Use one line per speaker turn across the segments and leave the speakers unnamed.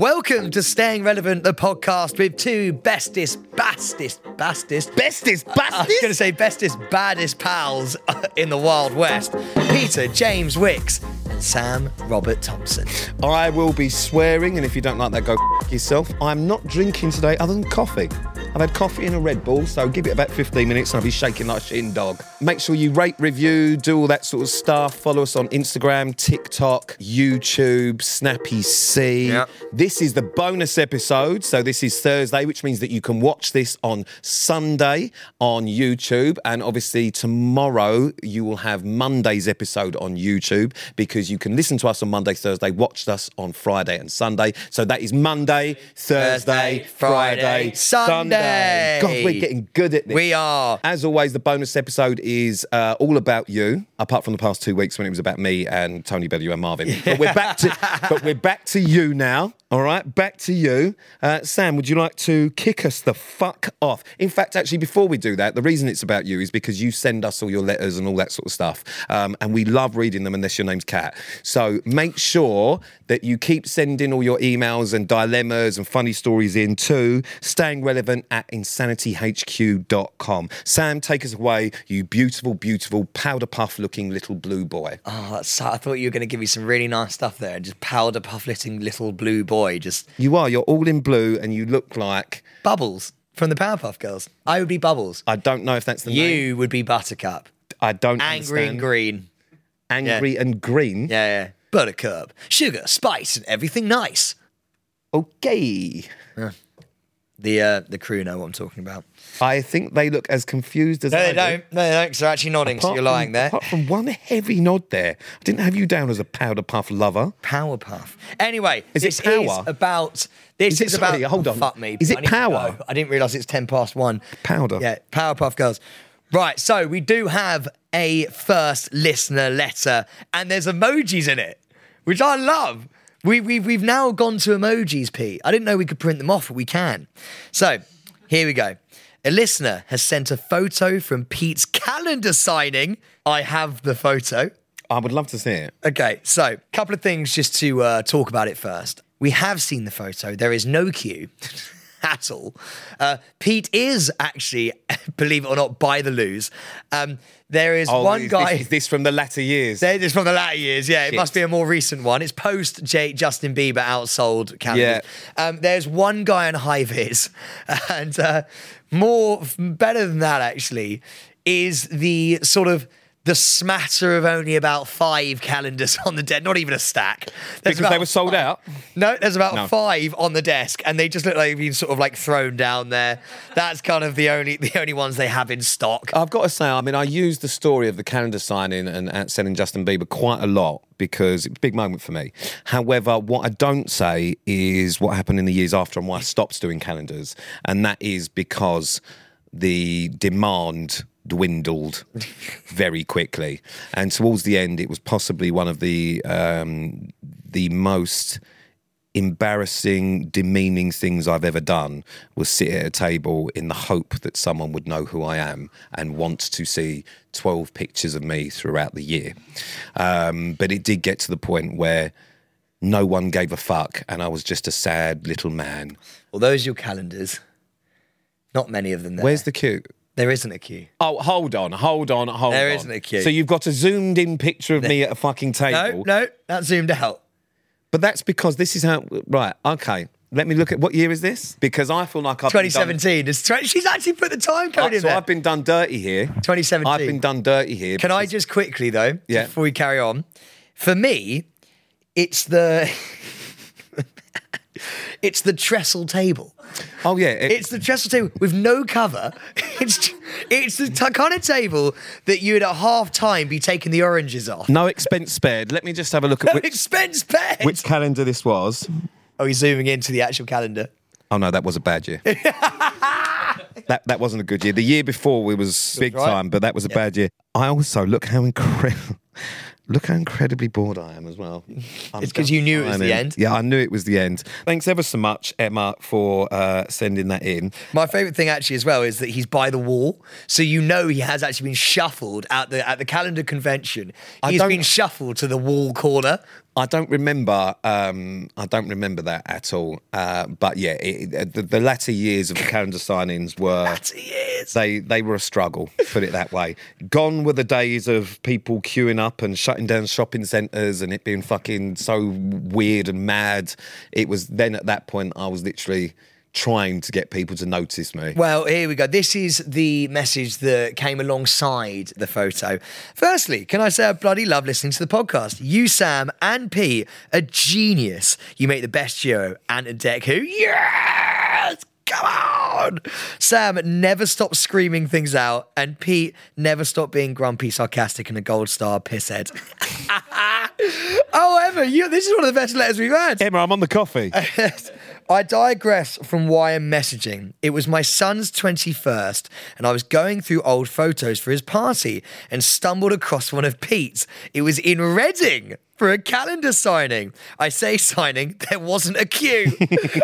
Welcome to Staying Relevant, the podcast with two bestest, bastest, bastest,
Bestest
I was
bastard.
going to say bestest, baddest pals in the Wild West Peter James Wicks and Sam Robert Thompson.
I will be swearing, and if you don't like that, go f- yourself. I'm not drinking today other than coffee. I've had coffee and a Red Bull, so give it about 15 minutes and I'll be shaking like a shin dog. Make sure you rate, review, do all that sort of stuff. Follow us on Instagram, TikTok, YouTube, Snappy C.
Yeah.
This is the bonus episode, so this is Thursday, which means that you can watch this on Sunday on YouTube, and obviously tomorrow you will have Monday's episode on YouTube because you can listen to us on Monday, Thursday, watch us on Friday and Sunday. So that is Monday, Thursday,
Thursday, Friday,
Friday,
Sunday.
God, we're getting good at this.
We are.
As always, the bonus episode is uh, all about you, apart from the past two weeks when it was about me and Tony Bellew and Marvin. But we're back to, but we're back to you now. All right, back to you, uh, Sam. Would you like to kick us the fuck off? In fact, actually, before we do that, the reason it's about you is because you send us all your letters and all that sort of stuff, um, and we love reading them. Unless your name's Kat, so make sure that you keep sending all your emails and dilemmas and funny stories in to staying relevant at insanityhq.com. Sam, take us away, you beautiful, beautiful powder puff looking little blue boy.
Oh, that's sad. I thought you were going to give me some really nice stuff there. Just powder puffing little blue boy, just
You are, you're all in blue and you look like,
bubbles from the Powerpuff Girls. I would be bubbles.
I don't know if that's the name.
You would be Buttercup.
I don't
Angry and
understand.
green.
Angry and green.
Yeah, yeah. Buttercup. Sugar, spice, and everything nice.
Okay.
The uh, the crew know what I'm talking about.
I think they look as confused as
No,
I
they
do.
don't. No, they don't. 'cause they're actually nodding. so
Apart
you're lying
from-
there.
Apart from one heavy nod there. I didn't have you down as a powder puff lover.
Power puff. Anyway,
Is it
this
power?
is about. This
Is it-
is about.
sorry, hold on.
Fuck me.
Is it
I need to
power?
go. I didn't realise it's ten past one.
Powder.
Yeah, Powerpuff Girls. Right, so we do have a first listener letter, and there's emojis in it, which I love. We, we, we've now gone to emojis, Pete. I didn't know we could print them off, but we can. So here we go. A listener has sent a photo from Pete's calendar signing. I have the photo.
I would love to see it.
Okay, so a couple of things just to uh, talk about it first. We have seen the photo. There is no queue at all. Uh, Pete is actually, believe it or not, by the lose. Um, there is one
Oh, is
guy.
This, is this from the latter years?
There- It's from the latter years, yeah. It
Shit.
must be a more recent one. It's post J- Justin Bieber outsold calendars. Um, there's one guy in high vis, and uh, more better than that actually is the sort of the smatter of only about five calendars on the desk. Not even a stack. There's
because they
about
were sold
five-
out.
No, there's about
No.
five on the desk, and they just look like they've been sort of like thrown down there. That's kind of the only the only ones they have in stock.
I've got to say, I mean, I used the story of the calendar signing and at selling Justin Bieber quite a lot because it was a big moment for me. However, what I don't say is what happened in the years after and why I stopped doing calendars, and that is because the demand dwindled very quickly, and towards the end, it was possibly one of the um, the most embarrassing, demeaning things I've ever done was sit at a table in the hope that someone would know who I am and want to see 12 pictures of me throughout the year. Um, but it did get to the point where no one gave a fuck and I was just a sad little man.
Well, those are your calendars. Not many of them. There.
Where's the cue?
There isn't a queue.
Oh, hold on, hold on, hold
There
on.
isn't a queue.
So you've got a zoomed in picture of me at a fucking table.
No, no, that zoomed out.
But that's because this is how. Right, okay. Let me look at what year is this? Because I feel like I've been done-
2017. It's tw- she's actually put the time code
Uh,
in
so
there.
I've been done dirty here.
2017.
I've been done dirty here.
Can I just quickly though,
Yeah.
before we carry on? For me, it's the it's the trestle table.
Oh yeah. it-
It's the trestle table with no cover. It's it's the t- kind of table that you'd at half time be taking the oranges off.
no expense spared. Let me just have a look at which,
Expense paid.
which calendar this was.
Oh, he's zooming into the actual calendar.
Oh no, that was a bad year. that that wasn't a good year. The year before we was big
right.
time, but that was a bad year. I also look how incredible. Look how incredibly bored I am as well. I'm
It's 'cause
just
you knew it was the
timing.
end.
Yeah, I knew it was the end. Thanks ever so much, Emma, for uh, sending that in.
My favourite thing actually as well is that he's by the wall, so you know he has actually been shuffled at the at the calendar convention. He's
don't-
been shuffled to the wall corner.
I don't remember. Um, I don't remember that at all. Uh, but yeah, it, it- the, the latter years of the calendar signings were
He is.
they they were a struggle. Put it that way. Gone were the days of people queuing up and shutting down shopping centres and it being fucking so weird and mad. It was then at that point I was literally trying to get people to notice me.
Well, here we go. This is the message that came alongside the photo. Firstly, can I say I bloody love listening to the podcast? You, Sam, and P, a genius. You make the best duo. Ant and Deck, who? Yes! Come on! Sam never stops screaming things out, and Pete never stopped being grumpy, sarcastic, and a gold star pisshead. oh, Emma, you, this is one of the best letters we've had.
Emma, I'm on the coffee.
I digress from why I'm messaging. It was my son's 21st, and I was going through old photos for his party and stumbled across one of Pete's. It was in Reading for a calendar signing. I say signing, there wasn't a queue.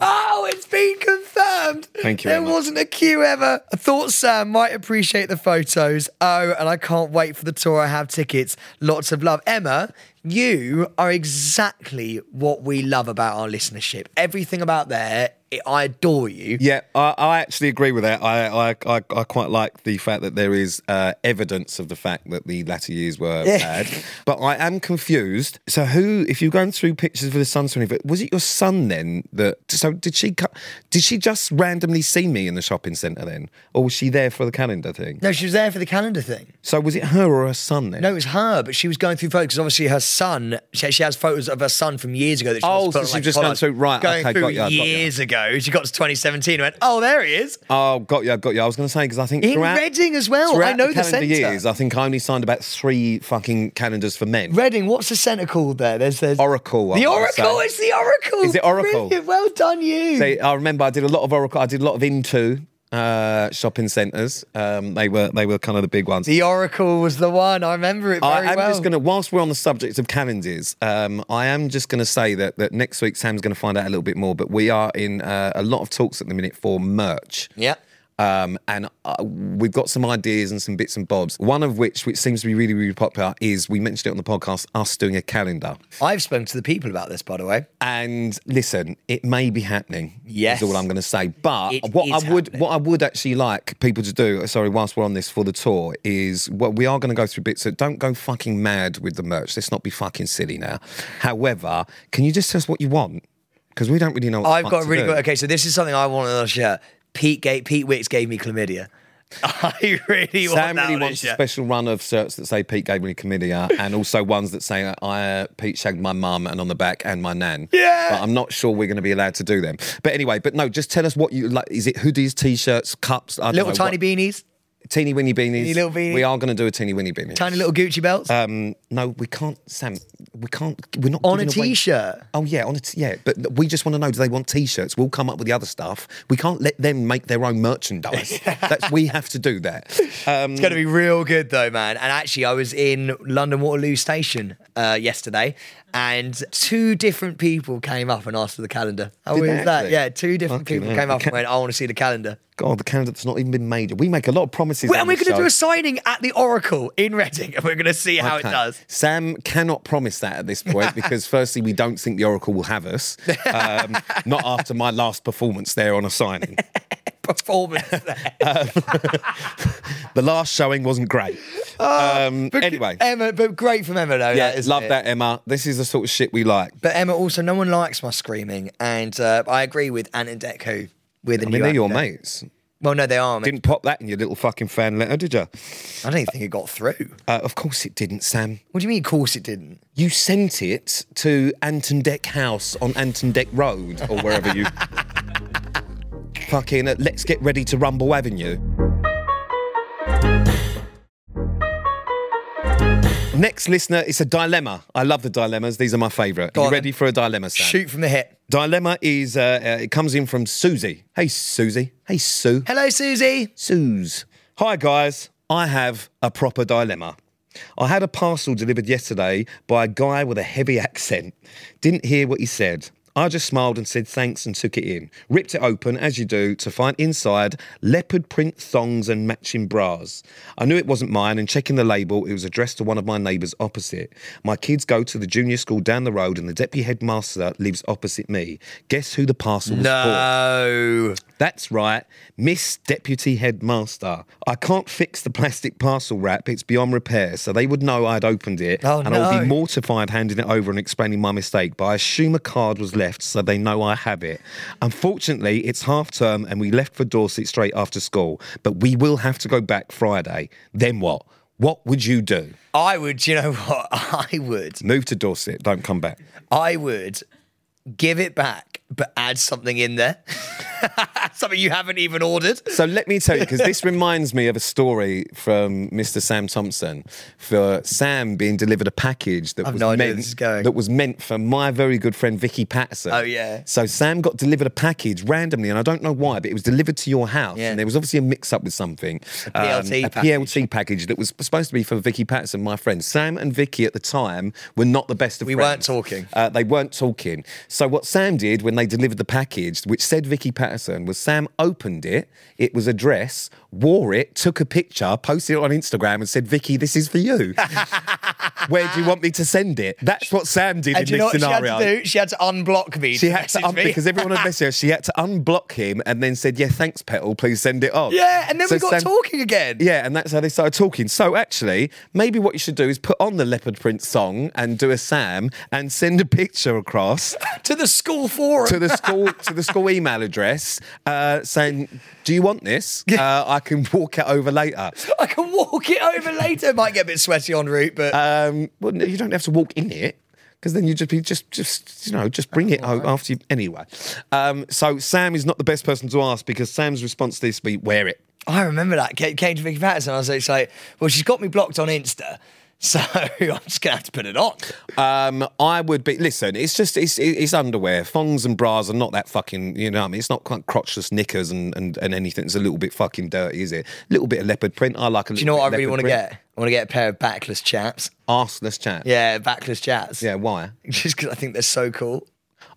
oh, it's been confirmed.
Thank you,
There
Emma.
wasn't a queue ever. I thought Sam might appreciate the photos. Oh, and I can't wait for the tour. I have tickets. Lots of love. Emma, you are exactly what we love about our listenership. Everything about there, it, I adore you.
Yeah, I, I actually agree with that. I, I, I, I quite like the fact that there is uh, evidence of the fact that the latter years were bad. But I am confused. So who, if you're going through pictures for the son's 25th, was it your son then that? So did she? co- Did she just randomly see me in the shopping centre then, or was she there for the calendar thing?
No, she was there for the calendar thing.
So was it her or her son then?
No, it was her, but she was going through photos 'cause obviously her son. She, she has photos of her son from years ago that she
Oh,
must have put
so
on,
she's
like,
just gone
collage.
through- right,
Going
okay,
through
got ya, got ya.
years ago, she got to 2017 and went, "Oh, there he is
Oh, got you, got you. I was going to say because I think
in
throughout,
Reading as well."
throughout
I know the,
calendar
centre.
years, I think I only signed about three fucking calendars for men.
Reading, what's the centre called there? There's, there's
Oracle, I
The
would
Oracle,
say.
it's the Oracle.
Is it Oracle?
Brilliant. Well done, you.
They- I remember I did a lot of Oracle. I did a lot of into uh, shopping centres. Um, they were they were kind of the big ones.
the Oracle was the one. I remember it very
I am
well.
just going to, whilst we're on the subject of calendars, um, I am just going to say that, that next week Sam's going to find out a little bit more. But we are in uh, a lot of talks at the minute for merch.
Yeah.
Um, and uh, we've got some ideas and some bits and bobs. One of which, which seems to be really, really popular, is we mentioned it on the podcast, us doing a calendar.
I've spoken to the people about this, by the way.
And listen, it may be happening.
Yes.
is all I'm going to say. But
It
what
is
I would,
happening.
what I would actually like people to do, sorry, whilst we're on this for the tour, is well, we are going to go through bits that don't go fucking mad with the merch. Let's not be fucking silly now. However, can you just tell us what you want? Because we don't really know. What the
I've
fuck
got a
to
really
do.
Oh, good. Okay, so this is something I want on the shirt. Pete gave, Pete Wicks gave me chlamydia. I really want
Sam
that
really
on his
wants a
shirt.
special run of shirts that say Pete gave me chlamydia, and also ones that say I uh, Pete shagged my mum and on the back and my nan.
Yeah.
but I'm not sure we're going to be allowed to do them. But anyway, but no, just tell us what you like. Is it hoodies, t-shirts, cups, I don't
little
know,
tiny
what-
beanies,
teeny weeny beanies?
Teeny little beanie.
We are going to do a teeny weeny beanie.
tiny little Gucci belts
um, no, we can't, Sam. We can't. We're not
on a
giving away-
t-shirt.
Oh yeah, on a t- yeah, but we just want to know: do they want T-shirts? We'll come up with the other stuff. We can't let them make their own merchandise. That's we have to do that. Um,
It's going to be real good though, man. And actually, I was in London Waterloo Station uh, yesterday, and two different people came up and asked for the calendar. How
Did
weird
they
is that?
actually?
Yeah, two different
Fucking
people
hell.
came up and went, "I want to see the calendar."
God, the calendar that's not even been made. We make a lot of promises.
Well,
on
and we're
this
going to do a
show.
signing at the Oracle in Reading, and we're going to see how
Okay.
it does.
Sam cannot promise that at this point because, firstly, we don't think the Oracle will have us. Um, not after my last performance there on a signing.
Performance. there.
The last showing wasn't great.
Oh,
um, anyway,
Emma, but great from Emma though.
yeah,
that, isn't
love
it?
that, Emma. This is the sort of shit we like.
But Emma, also, no one likes my screaming, and uh, I agree with Ant and Deco. With the
I
new
mean, they're
Ant
your
and Dec-
mates.
Well, no, they are. Mate.
Didn't pop that in your little fucking fan letter, did you?
I don't even think it got through.
Uh, of course it didn't, Sam.
What do you mean? Of course, it didn't.
You sent it to Anton Deck House on Anton Deck Road or wherever you fucking uh, let's get ready to Rumble Avenue. Next listener, it's a dilemma. I love the dilemmas. These are my favourite.
on
You
then.
ready for a dilemma, Sam?
Shoot from the hip.
Dilemma is uh, uh, it comes in from Susie. Hey, Susie. Hey, Sue.
Hello, Susie.
Suze. Hi, guys. I have a proper dilemma. I had a parcel delivered yesterday by a guy with a heavy accent. Didn't hear what he said. I just smiled and said thanks and took it in. Ripped it open, as you do, to find inside leopard print thongs and matching bras. I knew it wasn't mine, and checking the label, it was addressed to one of my neighbours opposite. My kids go to the junior school down the road, and the deputy headmaster lives opposite me. Guess who the parcel was for?
No.
That's right, Miss Deputy Headmaster. I can't fix the plastic parcel wrap, it's beyond repair, so they would know I'd opened it.
Oh,
and I would
no.
be mortified handing it over and explaining my mistake, but I assume a card was left so they know I have it. Unfortunately, it's half term and we left for Dorset straight after school, but we will have to go back Friday. Then what? What would you do?
I would, you know what? I would.
Move to Dorset, don't come back.
I would give it back, but add something in there. something you haven't even ordered.
So let me tell you, because this reminds me of a story from Mr. Sam Thompson for Sam being delivered a package that
I've
was
no idea where
meant
this is going.
that was meant for my very good friend Vicky Patterson.
Oh, yeah.
So Sam got delivered a package randomly, and I don't know why, but it was delivered to your house,
Yeah.
and there was obviously a mix-up with something. A
PLT
a
package.
PLT package that was supposed to be for Vicky Patterson, my friend. Sam and Vicky at the time were not the best of
We weren't
friends.
talking.
Uh, they weren't talking. So what Sam did when they delivered the package, which said Vicky Patterson, was Sam opened it. It was a dress, wore it, took a picture, posted it on Instagram, and said, "Vicky, this is for you. Where do you want me to send it?" That's what Sam did
And
in
do you know
this
what
scenario.
she had to do? She had to unblock me.
She had to
message
un-
me.
because everyone had messaged her. She had to unblock him and then said, "Yeah, thanks, Petal. Please send it on."
Yeah, and then
So
we got
Sam-
talking again.
Yeah, and that's how they started talking. So actually, maybe what you should do is put on the leopard print song and do a Sam and send a picture across
To the school forum.
to the school to the school email address uh, saying, "Do you want this? Uh, I can walk it over later."
I can walk it over later. Might get a bit sweaty en route, but
Um, well, no, you don't have to walk in it because then you just be just just you know just bring it home after you anyway. Um, so Sam is not the best person to ask because Sam's response to this would be wear it.
I remember that. Ca- Came to Vicky Patterson. I was just like, well, she's got me blocked on Insta. So I'm just gonna have to put it on.
Um, I would be. Listen, it's just it's it's underwear. Thongs and bras are not that fucking. You know, what I mean, it's not quite crotchless knickers and, and and anything. It's a little bit fucking dirty, is it? A little bit of leopard print. I like a little.
Do you know what I
bit
really want to
leopard print.
get? I want to get a pair of backless chaps.
Arseless chat.
Yeah, backless chaps.
Yeah. Why?
Just because I think they're so cool.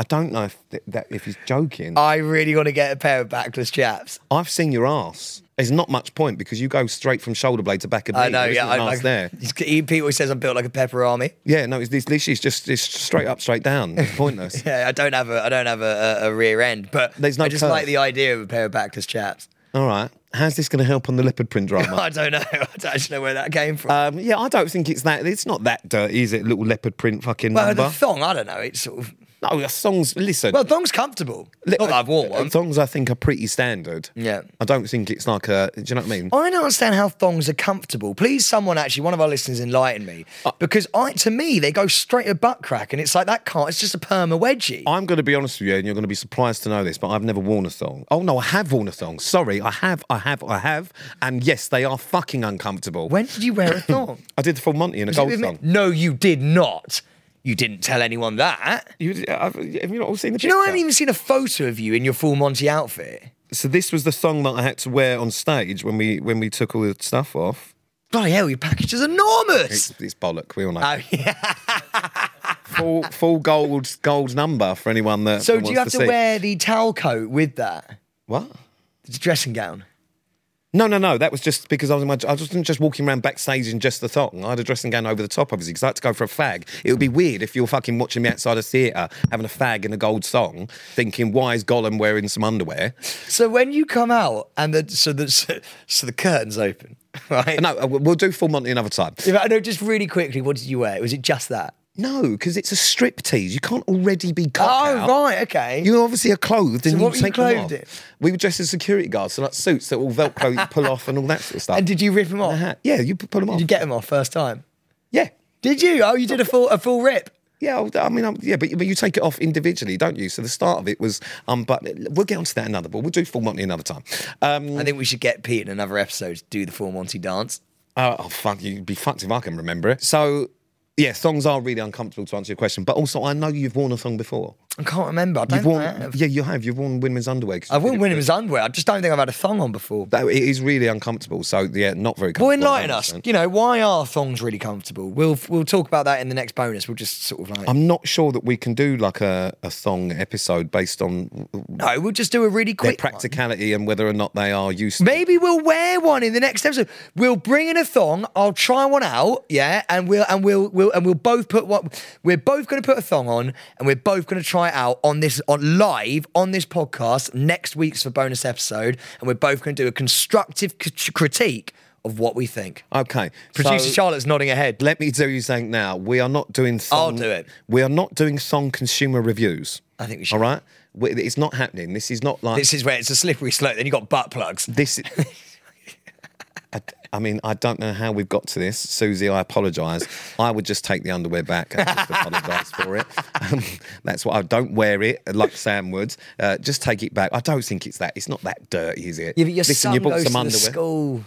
I don't know if th- that if he's joking.
I really want to get a pair of backless chaps.
I've seen your ass. There's not much point because you go straight from shoulder blade to back of knee.
I know,
There
yeah.
isn't an
I,
arse
I,
there.
he's- he- Pete always says I'm built like a pepper army.
Yeah, no, it's, it's, literally- it's just it's straight up, straight down. It's pointless.
Yeah, I don't have a I don't have a, a, a rear end, but
There's no
I just
curve.
like the idea of a pair of backless chaps.
All right. How's this going to help on the leopard print drama?
I don't know. I don't actually know where that came from.
Um, yeah, I don't think it's that. It's not that dirty, is it? Little leopard print fucking
well, the
number.
thong, I don't know. It's sort of
no, the songs. Listen,
well, thong's comfortable.
li-
Not that I've worn
uh,
one.
Songs I think are pretty standard.
Yeah.
I don't think it's like a. Do you know what I mean?
I don't understand how thongs are comfortable. Please, someone actually, one of our listeners, enlighten me
Uh,
because I, to me, they go straight to butt crack, and it's like that can't. It's just a perma wedgie.
I'm going to be honest with you, and you're going to be surprised to know this, but I've never worn a thong. Oh no, I have worn a thong. Sorry, I have, I have, I have, and yes, they are fucking uncomfortable.
when did you wear a thong?
I did the full Monty in a
Is it
gold
with me?
thong.
No, you did not. You didn't tell anyone that.
You, did- I've- have you not all seen the
Do you know I
picture?
haven't even seen a photo of you in your full Monty outfit?
So this was the thong that I had to wear on stage when we when we took all the stuff off.
Bloody hell, your package is enormous.
It's, it's bollock. We all know.
Oh, yeah.
full full gold gold number for anyone that.
So
that
do you
wants
have to
see.
wear the towel coat with that?
what?
It's a dressing gown.
No, no, no. That was just because I was in my. I wasn't just walking around backstage in just the thong. I had a dressing gown over the top, obviously, because I had to go for a fag. It would be weird if you're fucking watching me outside a theatre having a fag in a gold song, thinking, why is Gollum wearing some underwear?
So when you come out and the so the so, so the curtains open, right?
No, uh, we'll we'll do full Monty another time.
If I know just really quickly, what did you wear? Was it just that?
No, because it's a strip tease. You can't already be cut
Oh
out.
right, okay.
You obviously are clothed and
So
you
what were you
take them
clothed
off.
in?
We were dressed as security guards, so like suits that all velcro, you pull off and all that sort of stuff.
and did you rip them off?
Uh-huh. Yeah, you put them off.
Did you get them off first time?
yeah.
Did you? Oh, you did a full a full rip.
Yeah, I'll- I mean, I'm, yeah, but, but you take it off individually, don't you? So the start of it was, um, but we'll get onto that another, but we'll do full Monty another time. Um,
I think we should get Pete in another episode to do the full Monty dance.
uh, oh fuck, you'd be fucked if I can remember it. So, yeah, thongs are really uncomfortable to answer your question, but also I know you've worn a thong before.
I can't remember. I don't
You've worn,
think I have.
yeah, you have. You've worn women's underwear. 'cause
I wouldn't
it-
win him his underwear. I just don't think I've had a thong on before.
That, it is really uncomfortable. So yeah, not very.
Well,
comfortable.
enlighten us.
100%.
You know, why are thongs really comfortable? We'll we'll talk about that in the next bonus. We'll just sort of like
I'm not sure that we can do like a, a thong episode based on
no, we'll just do a really
their
quick one.
practicality and whether or not they are used.
Maybe we'll wear one in the next episode. We'll bring in a thong. I'll try one out. Yeah, and we'll and we'll we'll and we'll both put what we're both going to put a thong on, and we're both going to try it out on this on live on this podcast next week's for bonus episode, and we're both going to do a constructive c- critique of what we think.
Okay,
Producer
so
Charlotte's nodding her head.
Let me tell you something now. We are not doing. Thong,
I'll do it.
We are not doing thong consumer reviews.
I think we should.
All right, We- it's not happening. This is not like
This is where it's a slippery slope. Then you got butt plugs.
This. I, I mean, I don't know how we've got to this, Susie. I apologise. I would just take the underwear back and just apologise for it. Um, that's what I don't wear it like Sam would. Uh, just take it back. I don't think it's that. It's not that dirty, is it?
Yeah, but your
Listen,
son
you bought
goes to
some
the
underwear.
school.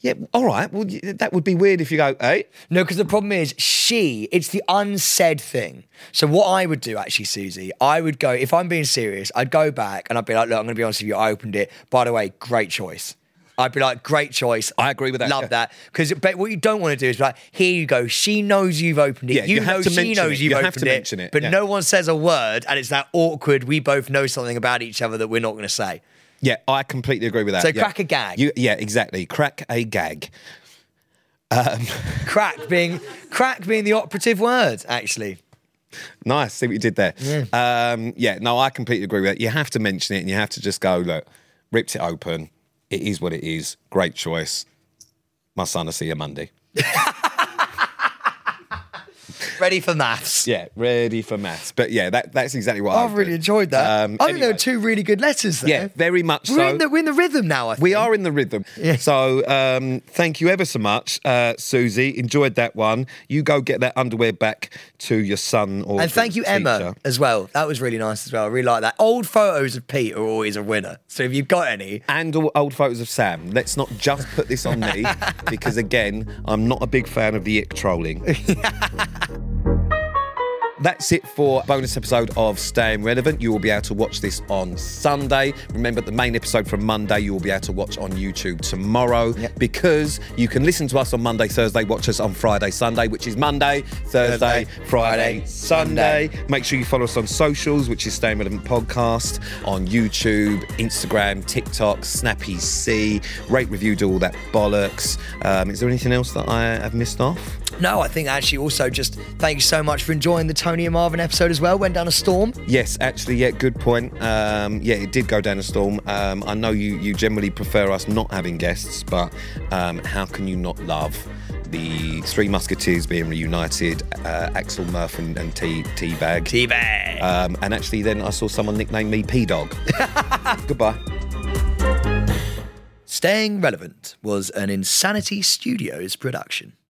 Yeah, all right. Well, y- that would be weird if you go, hey,
No, because the problem is she, it's the unsaid thing. So what I would do actually, Susie, I would go, if I'm being serious, I'd go back and I'd be like, look, I'm gonna be honest with you, I opened it. By the way, great choice. I'd be like, great choice.
I agree with that,
Love
yeah.
that. Because but what you don't want to do is be like, here you go. She knows you've opened it.
Yeah, you
you
have
know
to
she
mention
knows
it.
you've
You
opened
have to mention it,
But
yeah.
no one says a word, and it's that awkward. We both know something about each other that we're not gonna say.
Yeah, I completely agree with that.
So
yeah.
crack a gag.
You, yeah, exactly. Crack a gag.
Crack being crack being the operative word, actually.
Nice. See what you did there. Yeah. Um, yeah, no, I completely agree with that. You have to mention it and you have to just go, look, ripped it open. It is what it is. Great choice. My son will see you Monday.
Ready for maths.
Yeah, ready for maths. But yeah, that, that's exactly what
I've
I've
really
done.
enjoyed that.
Um,
I think there were
anyway.
two really good letters there.
Yeah, very much
We're
so.
in the we're in the rhythm now. I think.
We are in the rhythm. So um, thank you ever so much, uh, Susie. Enjoyed that one. You go get that underwear back to your son or
And thank you,
teacher.
Emma, as well. That was really nice as well. I really like that. Old photos of Pete are always a winner. So if you've got any,
and all old photos of Sam. Let's not just put this on me because, again, I'm not a big fan of the ick trolling. That's it for bonus episode of Staying Relevant. You will be able to watch this on Sunday. Remember, the main episode from Monday you will be able to watch on YouTube tomorrow because you can listen to us on Monday, Thursday, watch us on Friday, Sunday, which is Monday, Thursday,
Thursday,
Friday,
Friday,
Sunday. Make sure you follow us on socials, which is Staying Relevant Podcast on YouTube, Instagram, TikTok, Snappy C. Rate, review, do all that bollocks. Um, is there anything else that I have missed off?
no, I think actually also just thank you so much for enjoying the Tony and Marvin episode as well. Went down a storm.
Yes, actually, yeah, good point. Um, yeah, it did go down a storm. Um, I know you, you generally prefer us not having guests, but um, how can you not love the Three Musketeers being reunited, uh, Axel Murph and, and T Teabag?
T-bag.
Um, and actually, then I saw someone nickname me P Dog. Goodbye.
Staying Relevant was an Insanity Studios production.